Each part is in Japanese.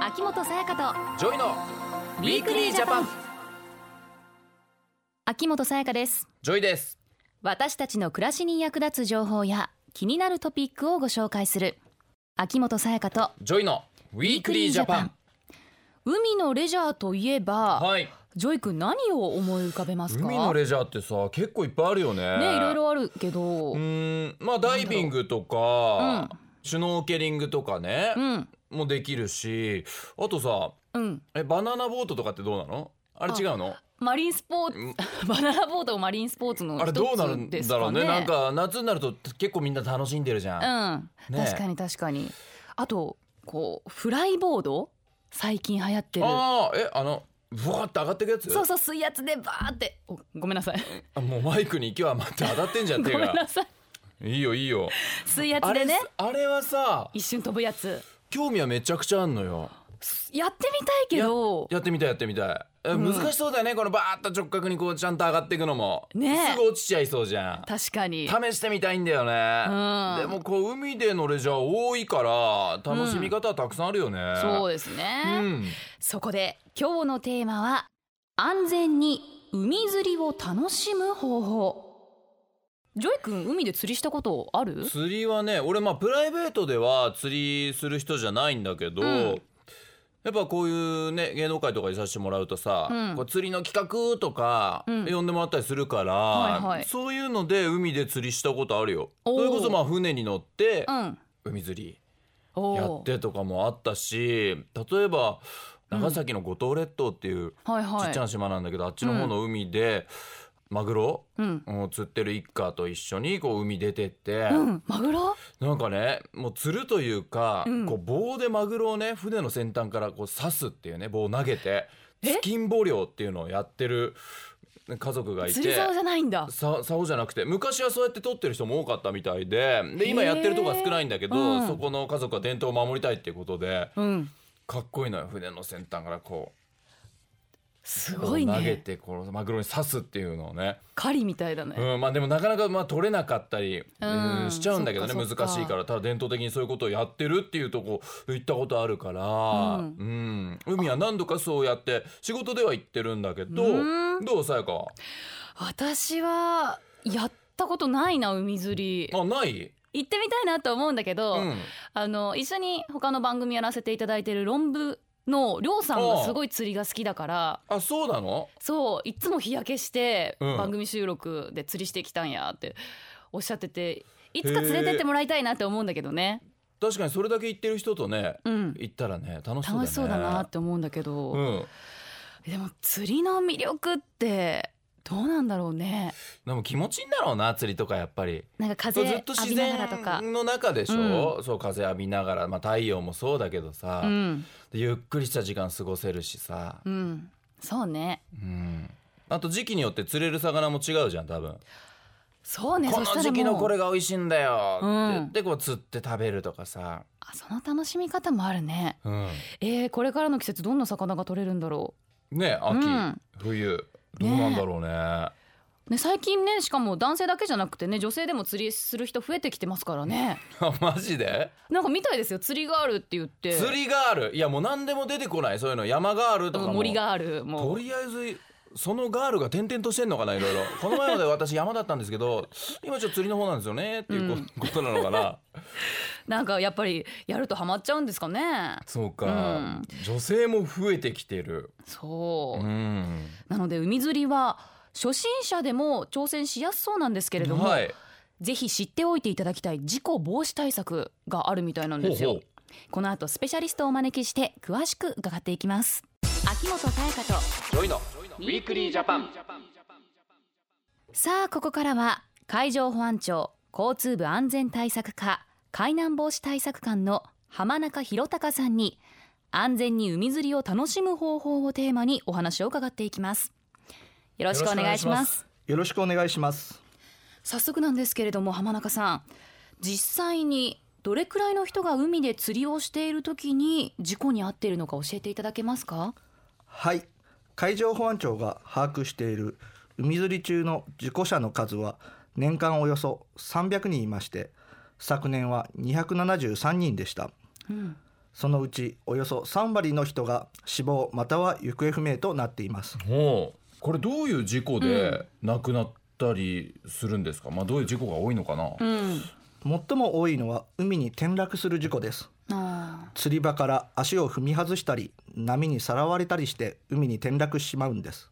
秋元さやかとジョイのウィークリージャパン秋元さやかですジョイです私たちの暮らしに役立つ情報や気になるトピックをご紹介する秋元さやかとジョイのウィークリージャパン海のレジャーといえば、はいジョイ君何を思い浮かべますか海のレジャーってさ結構いっぱいあるよねねいろいろあるけど、うーんまあダイビングとなんだかろうシュノーケリングとかねうんもできるしあとさうんえバナナボートとかってどうなのあれ違うのマリンスポーツ バナナボートをマリンスポーツのあれどうなる一んつですだかねろうねなんか夏になると結構みんな楽しんでるじゃん、うん、ね確かに確かにあとこうフライボード最近流行ってるああえあのブワーって上がってくやつそうそう水圧でバーっておごめんなさいあもうマイクに息は待って当たってんじゃ んご手めんがなさいいいよいいよ水圧あでれねあれはさ一瞬飛ぶやつ興味はめちゃくちゃあんのよやってみたいけどやってみたいやってみたいえうん難しそうだよねこのバーッと直角にこうちゃんと上がっていくのもねえすぐ落ちちゃいそうじゃん確かに試してみたいんだよね、うんでもこう海でのレジャー多いから楽しみ方はたくさんあるよね、そうですね、うんそこで今日のテーマは安全に海釣りを楽しむ方法ジョイ君海で釣りしたことある釣りはね俺まあプライベートでは釣りする人じゃないんだけど、うんやっぱこういうね芸能界とかにさせてもらうとさ、うんこう釣りの企画とかうん呼んでもらったりするから、はいはいそういうので海で釣りしたことあるよ。おーそれこそまあ船に乗ってうん海釣りおやーってとかもあったし例えば長崎の五島列島っていうはいちはいっちゃな島なんだけど、あっちの方の海でマグロうんを釣ってる一家と一緒にこう海出てって。うんマグロなんかねもう釣るというか、うんこう棒でマグロをね船の先端からこう刺すっていうね棒を投げてえスキンボ漁っていうのをやってる家族がい釣りて竿じゃないんださ竿じゃなくて昔はそうやって取ってる人も多かったみたいでで今へーやってるとこは少ないんだけど、うんそこの家族は伝統を守りたいっていうことでうんかっこいいのよ船の先端からこすうごいこう投げねてこうマグロに刺すっていうのをね。狩りみたいだね、うん、まあでもなかなかまあ取れなかったり、うんうんしちゃうんだけどねそっ難かそっかしいからただ伝統的にそういうことをやってるっていうとこ行ったことあるから、うんうん海は何度かそうやって仕事では行ってるんだけど、うんどうさやかは私はやったことないな海釣りあない、行ってみたいなと思うんだけど、うん、あの一緒に他の番組やらせていただいてる論文のりょうさんがすごい釣りが好きだからあそうなのそういつも日焼けしてうん番組収録で釣りしてきたんやっておっしゃってていつか連れてってもらいたいなって思うんだけどね、確かにそれだけ行ってる人とねうん、行ったらね楽しそうだね楽しそうだなって思うんだけど、うん、でも釣りの魅力ってどうなんだろうねでも気持ちいいんだろうな釣りとかやっぱり。なんか風そうずっと浴自びながらとか。然の中でしょ、そう風浴びながら、まあ、太陽もそうだけどさ、うんでゆっくりした時間過ごせるしさ、うん、そうね。うん、あと時期によって釣れる魚も違うじゃん多分、そうね。こそしたのら時期のもうこれが美味しいんだよって言って、うこう釣って食べるとかさ、あその楽しみ方もあるね。うん、えー、これからの季節どんな魚が取れるんだろね秋、うん冬どうなんだろうねう。ね最近ねしかも男性だけじゃなくてね女性でも釣りする人増えてきてますからね。 マジでなんかみたいですよ釣りがあるって言って。釣りガールいやもう何でも出てこないそういうの山ガールとかも森があるもとう。りあえずそのガールが転々としてんのかないろ いろこの前まで私山だったんですけど今ちょっと釣りの方なんですよねっていうこことな のかな、なんかやっぱりやるとハマっちゃうんですかね。そうか、うん女性も増えてきてるそう。うんなので海釣りは初心者でも挑戦しやすそうなんですけれども、はい、ぜひ知っておいていただきたい事故防止対策があるみたいなんですよ。ほうほこの後スペシャリストをお招きして詳しく伺っていきます秋元彩香とジョイのウィークリージャパンさあここからは海上保安庁交通部安全対策課海難防止対策官の浜中弘隆さんに安全に海釣りを楽しむ方法をテーマにお話を伺っていきますよろしくお願いしよろしくお願まいしますよろしくお願いします。早速なんですけれども浜中さん実際にどれくらいの人が海で釣りをしている時に事故に遭っているのか教えていただけますかはい。海上保安庁が把握している海釣り中の事故者の数は年間およそ300人いまして、昨年は273人でした。うんそのうちおよそ3割の人が死亡または行方不明となっていますおうこれどういう事故で亡くなったりするんですか、まあどういう事故が多いのかな、うん最も多いのは海に転落する事故ですあ釣り場から足を踏み外したり波にさらわれたりして海に転落してしまうんです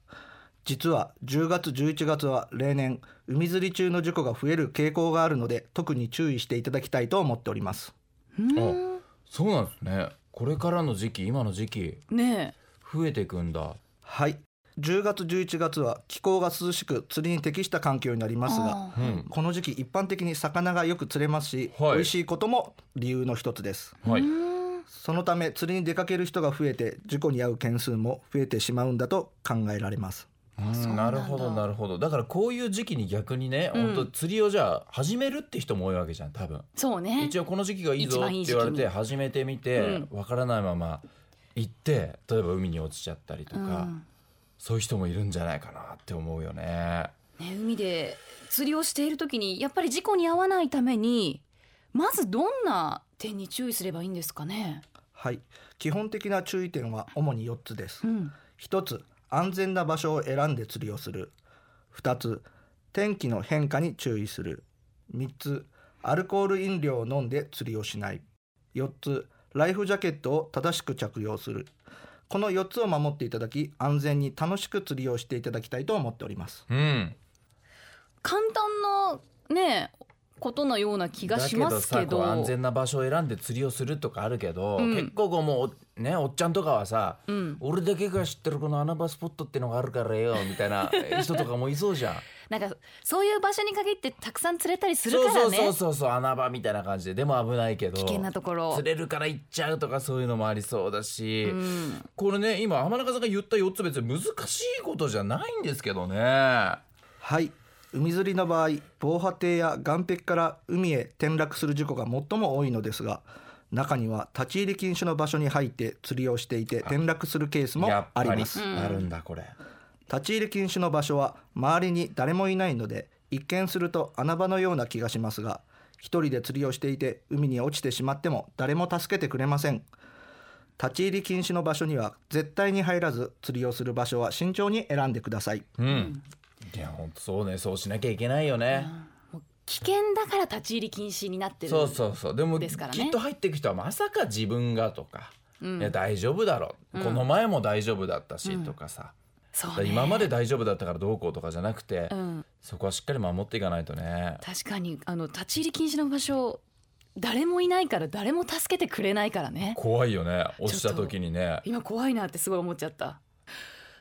実は10月11月は例年海釣り中の事故が増える傾向があるので特に注意していただきたいと思っておりますーうんそうなんですねこれからの時期今の時期ね増えていくんだはい10月11月は気候が涼しく釣りに適した環境になりえますがあうーんこの時期一般的に魚がよく釣れますし、はい美味しいことも理由の一つですはい、うんそのため釣りに出かける人が増えて事故に遭う件数も増えてしまうんだと考えられますうんそうなんだなるほどなるほどだからこういう時期に逆にね、うん本当釣りをじゃあ始めるって人も多いわけじゃん多分そうね一応この時期がいいぞ一っ番いい時て期言にわれて始めてみてわからないまま行って例えば海に落ちちゃったりとうか、んそういう人もいるんじゃないかなって思うよね。ね、海で釣りをしている時にやっぱり事故に遭わないためにまずどんな点に注意すればいいんですかね、はい基本的な注意点は主に4つですうん、 1つ安全な場所を選んで釣りをする2つ天気の変化に注意する3つアルコール飲料を飲んで釣りをしない4つライフジャケットを正しく着用するこの4つを守っていただき安全に楽しく釣りをしていただきたいと思っておりますうん、簡単なねことのような気がしますけだけどどさこう安全な場所を選んで釣りをするとかあるけど、うん結構こうもうねおっちゃんとかはさ、うん、俺だけが知ってるこの穴場スポットってのがあるからよみたいな人とかもいそうじゃん。なんかそういう場所に限ってたくさん釣れたりするからねそうそうそうそうそう穴場みたいな感じででも危ないけど危険なところ釣れるから行っちゃうとかそういうのもありそうだし、うん、これね今浜中さんが言った4つ別に難しいことじゃないんですけどね。はい海釣りの場合防波堤や岸壁から海へ転落する事故が最も多いのですが中には立ち入り禁止の場所に入って釣りをしていて転落するケースもやっぱありりますあるんだこれ。立ち入り禁止の場所は周りに誰もいないので一見すると穴場のような気がしますが一人で釣りをしていて海に落ちてしまっても誰も助けてくれません立ち入り禁止の場所には絶対に入らず釣りをする場所は慎重に選んでくださいうん、いや本当そうねそうしなきゃいけないよね。もう危険だから立ち入り禁止になってるそうそうそうでもですからねきっと入っていく人はまさか自分がとか、いや大丈夫だろう、この前も大丈夫だったしとかさ、そうねだから今まで大丈夫だったからどうこうとかじゃなくて、うん、そこはしっかり守っていかないとね。確かにあの立ち入り禁止の場所誰もいないから誰も助けてくれないからね怖いよね落ちた時にね今怖いなってすごい思っちゃった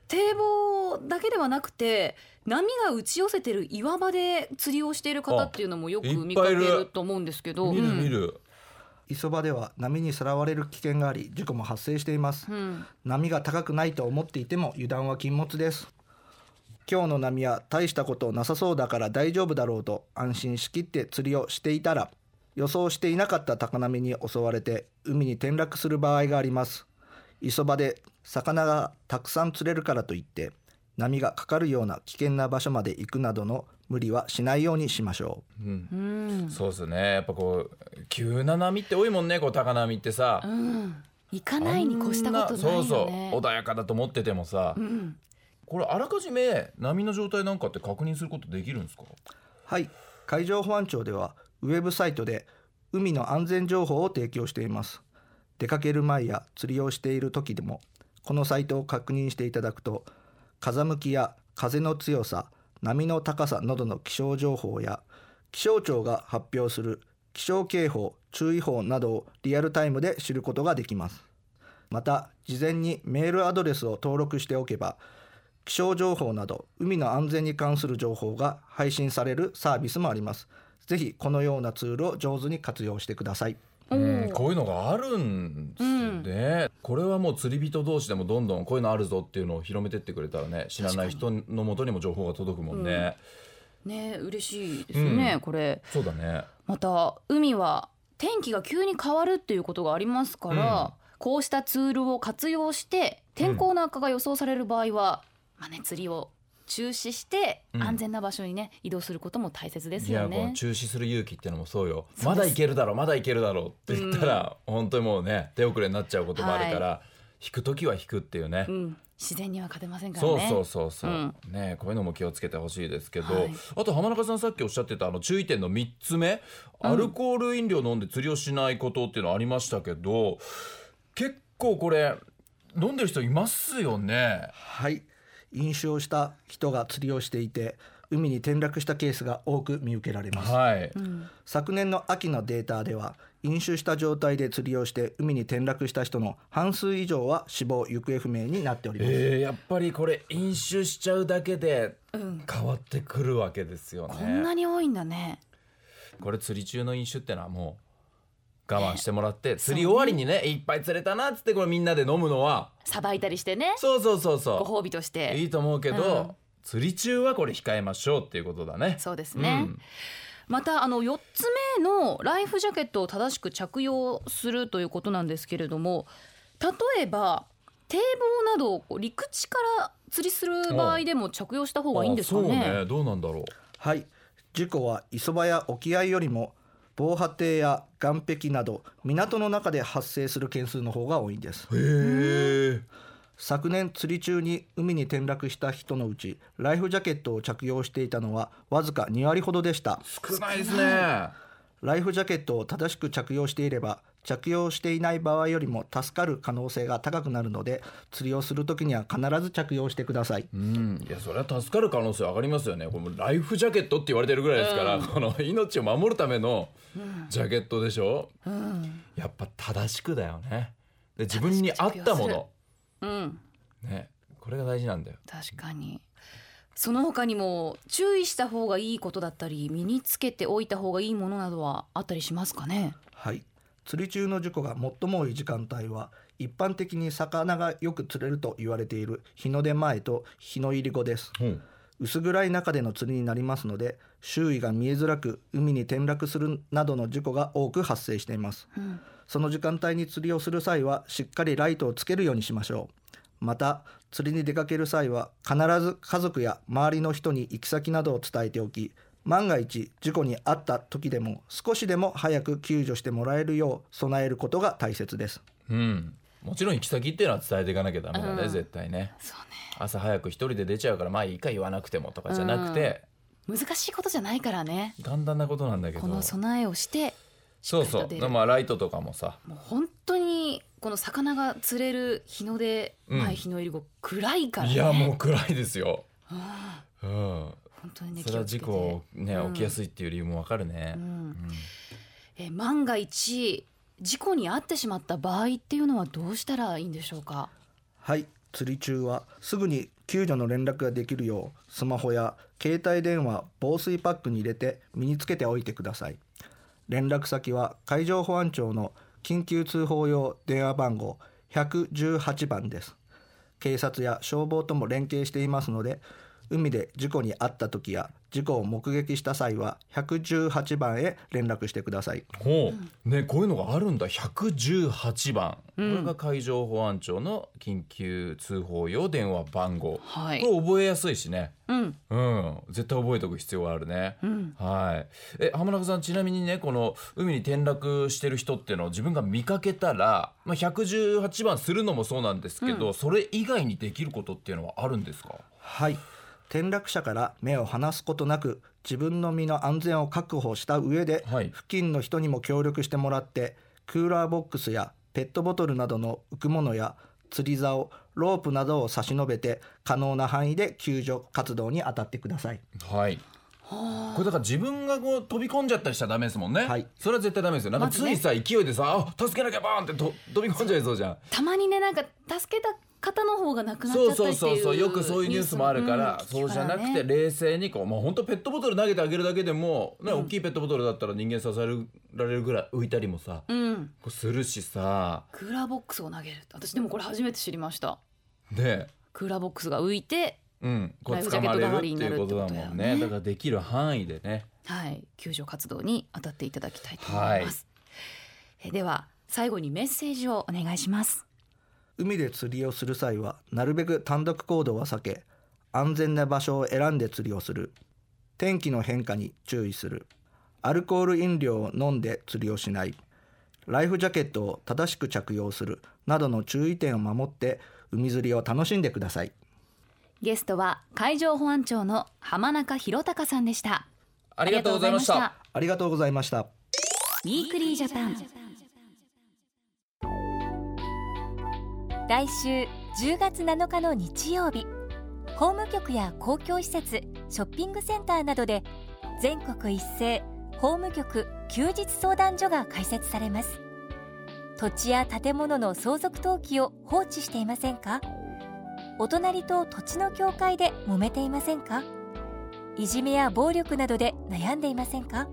堤防だけではなくて波が打ち寄せてる岩場で釣りをしている方っていうのもよくあいっぱいいる見かけると思うんですけど見る見る、磯場では波にさらわれる危険があり事故も発生しています、うんうん波が高くないと思っていても油断は禁物です今日の波は大したことなさそうだから大丈夫だろうと安心しきって釣りをしていたら予想していなかった高波に襲われて海に転落する場合があります磯場で魚がたくさん釣れるからといって波がかかるような危険な場所まで行くなどの無理はしないようにしましょううんうんそうですねやっぱこう急な波って多いもんねこう高波ってさ、行かないに越したことないあんよそうそうね穏やかだと思っててもさ、んこれあらかじめ波の状態なんかって確認することできるんですかはい海上保安庁ではウェブサイトで海の安全情報を提供しています出かける前や釣りをしている時でもこのサイトを確認していただくと風向きや風の強さ波の高さなどの気象情報や気象庁が発表する気象警報注意報などをリアルタイムで知ることができますまた事前にメールアドレスを登録しておけば気象情報など海の安全に関する情報が配信されるサービスもあります。ぜひこのようなツールを上手に活用してください。おーうんこういうのがあるんですね、これはもう釣り人同士でもどんどんこういうのあるぞっていうのを広めてってくれたらね知らない人のもとにも情報が届くもんね、ね嬉しいですよね、うんこれそうだねまた海は天気が急に変わるっていうことがありますから、こうしたツールを活用して天候の悪化が予想される場合は、まあね、釣りを中止してうん安全な場所にね移動することも大切ですいやよこのね。中止する勇気ってのもそうよそうまですだいけるだろうまだいけるだろうって言ったら、本当にもうね手遅れになっちゃうこともあるから、引く時は引くっていうね、うん、自然には勝てませんからね。そうそうそうそう、うんねこういうのも気をつけてほしいですけど、はいあと浜中さんさっきおっしゃってたあの注意点の3つ目アルコール飲料飲んで釣りをしないことっていうのありましたけど、結構これ飲んでる人いますよね。はい飲酒をした人が釣りをしていて海に転落したケースが多く見受けられますはい、うん昨年の秋のデータでは飲酒した状態で釣りをして海に転落した人の半数以上は死亡行方不明になっております、えーやっぱりこれ飲酒しちゃうだけでうん変わってくるわけですよね。こんなに多いんだね。これ釣り中の飲酒ってのはもう我慢してもらって釣り終わりにねいっぱい釣れたなっつってこれみんなで飲むのはさばいたりしてね。そうそうそうごそ褒美としういて。いと思うけど、うん釣り中はこれ控えましょうっていうことだね。そうですね。うんまたあの4つ目のライフジャケットを正しく着用するということなんですけれども例えば堤防などをこう陸地から釣りする場合でも着用した方がいいんですかね。あそうねどうなんだろう。はい事故は磯場や沖合よりも防波堤や岸壁など港の中で発生する件数の方が多いんですへえ。昨年釣り中に海に転落した人のうちライフジャケットを着用していたのはわずか2割ほどでした少ないですね。ライフジャケットを正しく着用していれば着用していない場合よりも助かる可能性が高くなるので釣りをする時には必ず着用してくださいうん、いやそれは助かる可能性上がりますよねこれもうライフジャケットって言われてるぐらいですから、この命を守るためのジャケットでしょ、うんやっぱ正しくだよねで自分に合ったもの、うん、ね、これが大事なんだよ確かにその他にも注意した方がいいことだったり身につけておいた方がいいものなどはあったりしますかね。はい釣り中の事故が最も多い時間帯は一般的に魚がよく釣れると言われている日の出前と日の入り後ですうん薄暗い中での釣りになりますので周囲が見えづらく海に転落するなどの事故が多く発生していますうんその時間帯に釣りをする際はしっかりライトをつけるようにしましょうまた釣りに出かける際は必ず家族や周りの人に行き先などを伝えておき万が一事故に遭った時でも少しでも早く救助してもらえるよう備えることが大切ですうん、もちろん行き先っていうのは伝えていかなきゃダメだね、うん絶対ねそ朝早く一人で出ちゃうからまあいいか言わなくてもとかじゃなくて、うね難しいことじゃないからね簡単なことなんだけどこの備えをしてそうしっかりそと出うるまあライトとかもさもう本当にこの魚が釣れる日の出うん前、日の入り後暗いから、ね、いやもう暗いですよ、うんうん、本当にねそれは事故ねうん起きやすいっていう理由もわかる気をつけねて、う、ん、うんえ万が一事故に遭ってしまった場合っていうのはどうしたらいいんでしょうかはい釣り中はすぐに救助の連絡ができるようスマホや携帯電話防水パックに入れて身につけておいてください連絡先は海上保安庁の緊急通報用電話番号118番です警察や消防とも連携していますので海で事故に遭った時や事故を目撃した際は118番へ連絡してくださいほう、ね、こういうのがあるんだ118番、うんこれが海上保安庁の緊急通報用電話番号、はいこれ覚えやすいしねうんうん絶対覚えておく必要があるね、うんはいえ浜中さんちなみにねこの海に転落してる人っていうのを自分が見かけたら、まあ、118番するのもそうなんですけど、それ以外にできることっていうのはあるんですかはい転落者から目を離すことなく自分の身の安全を確保した上で、はい付近の人にも協力してもらってクーラーボックスやペットボトルなどの浮くものや釣り竿ロープなどを差し伸べて可能な範囲で救助活動に当たってくださいはいこれだから自分がこう飛び込んじゃったりしたらダメですもんね、はいそれは絶対ダメですよなんかまずつねいさ、勢いでさあ助けなきゃバーンってと飛び込んじゃいそうじゃんたまにねなんか助けた方の方が亡くなっちそゃうったそりうってそいううそうよくそういうニュースもあるかニューら、スもそうじゃなくうん聞てくか冷静にこうもう本当ペットボトル投げてあげるだけでも、ね大きいペットボトルだったら人間支えられるぐらい浮いたりもさ、こらねうんうするしさクーラーボックスを投げる私でもこれ初めて知りましたねクーラーボックスが浮いてうんこライうフジ捕ャケッまトれ代るっわてりになるいうことだってことだもよんねねだからできる範囲でねはい、救助活動に当たっていただきたいと思います。えでは最後にメッセージをお願いします。海で釣りをする際はなるべく単独行動は避け安全な場所を選んで釣りをする天気の変化に注意するアルコール飲料を飲んで釣りをしないライフジャケットを正しく着用するなどの注意点を守って海釣りを楽しんでくださいゲストは海上保安庁の浜中博隆さんでしたありがとうございましありたありがとうございましたウィークリージャパン来週10月7日の日曜日法務局や公共施設ショッピングセンターなどで全国一斉法務局休日相談所が開設されます土地や建物の相続登記を放置していませんかお隣と土地の境界で揉めていませんかいじめや暴力などで悩んでいませんか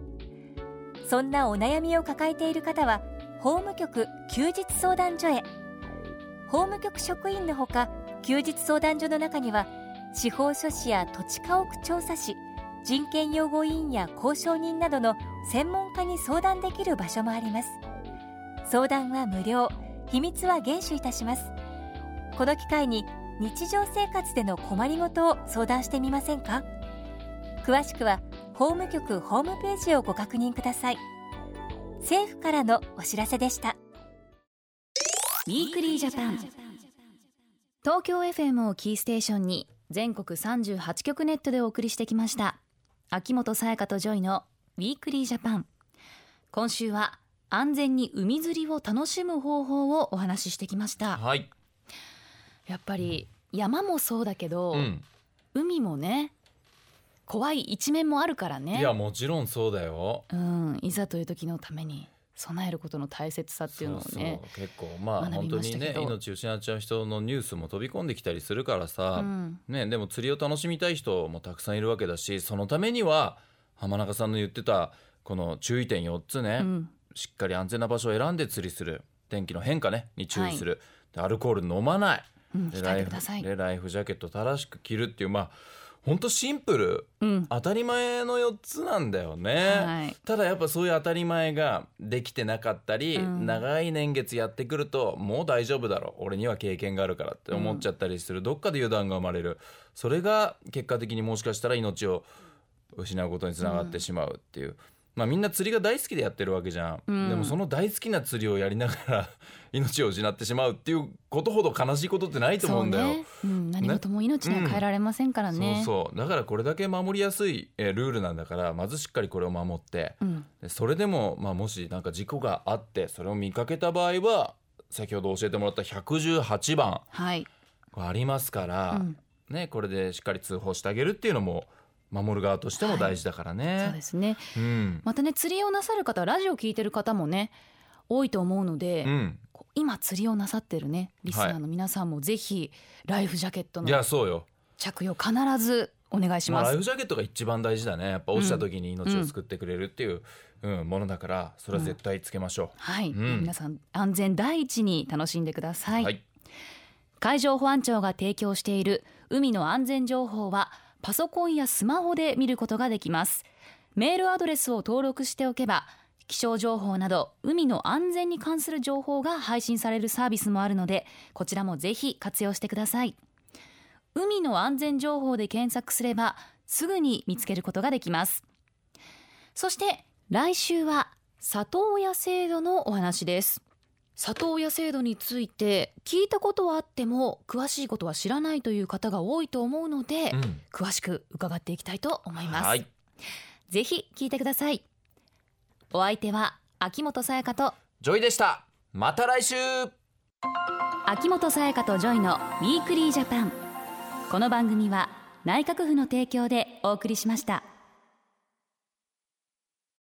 そんなお悩みを抱えている方は法務局休日相談所へ法務局職員のほか休日相談所の中には司法書士や土地家屋調査士人権擁護委員や交渉人などの専門家に相談できる場所もあります相談は無料秘密は厳守いたしますこの機会に日常生活での困りごとを相談してみませんか詳しくは法務局ホームページをご確認ください政府からのお知らせでしたウィークリージャパン東京 FM をキーステーションに全国38局ネットでお送りしてきました秋元才加とジョイのウィークリージャパン今週は安全に海釣りを楽しむ方法をお話ししてきましたはい、やっぱり山もそうだけど、うん、海もね怖い一面もあるからねいやもちろんそうだようん、いざという時のために備えることの大切さっていうのをねそうそう結構まあ学本び当ましにたけどね命失っちゃう人のニュースも飛び込んできたりするからさ、うんね、でも釣りを楽しみたい人もたくさんいるわけだしそのためには浜中さんの言ってたこの注意点4つね、うんしっかり安全な場所を選んで釣りする天気の変化ねに注意する、でアルコール飲まないうん、で控えライてフください、でライフジャケット正しく着るっていうまあほんとシンプルうん当たり前の4つなんだよね。はい、ただやっぱそういう当たり前ができてなかったり、うん長い年月やってくるともう大丈夫だろう俺には経験があるからって思っちゃったりする、どっかで油断が生まれるそれが結果的にもしかしたら命を失うことにつながってしまうっていう、まあみんな釣りが大好きでやってるわけじゃん、うんでもその大好きな釣りをやりながら 命を失ってしまうっていうことほど悲しいことってないと思うんだよ。そうね、うん、何事も命には変えられませんからねそうそうだからこれだけ守りやすい、えールールなんだからまずしっかりこれを守って、うんでそれでも、まあ、もしなんか事故があってそれを見かけた場合は先ほど教えてもらった118番はい、これありますから、うんね、これでしっかり通報してあげるっていうのも守る側としても大事だからね。そうですねうんまたね釣りをなさる方ラジオ聞いてる方もね多いと思うので、うん、こう今釣りをなさってるねリスナーの皆さんもぜひライフジャケットいのやそうよ着用必ずお願いしまあまライす、フジャケットが一番大事だねやっぱ落ちた時に命を救ってくれるっていう、うんものだからそれは絶対つけましょはい、うん皆さん安全第一に楽しんでくださう。い、はい海上保安庁が提供している海の安全情報はパソコンやスマホで見ることができますメールアドレスを登録しておけば気象情報など海の安全に関する情報が配信されるサービスもあるのでこちらもぜひ活用してください海の安全情報で検索すればすぐに見つけることができますそして来週は里親制度のお話です里親制度について聞いたことはあっても詳しいことは知らないという方が多いと思うので、うん詳しく伺っていきたいと思います、はいぜひ聞いてくださいお相手は秋元さやかとジョイでしたまた来週秋元さやかとジョイのウィークリージャパンこの番組は内閣府の提供でお送りしました。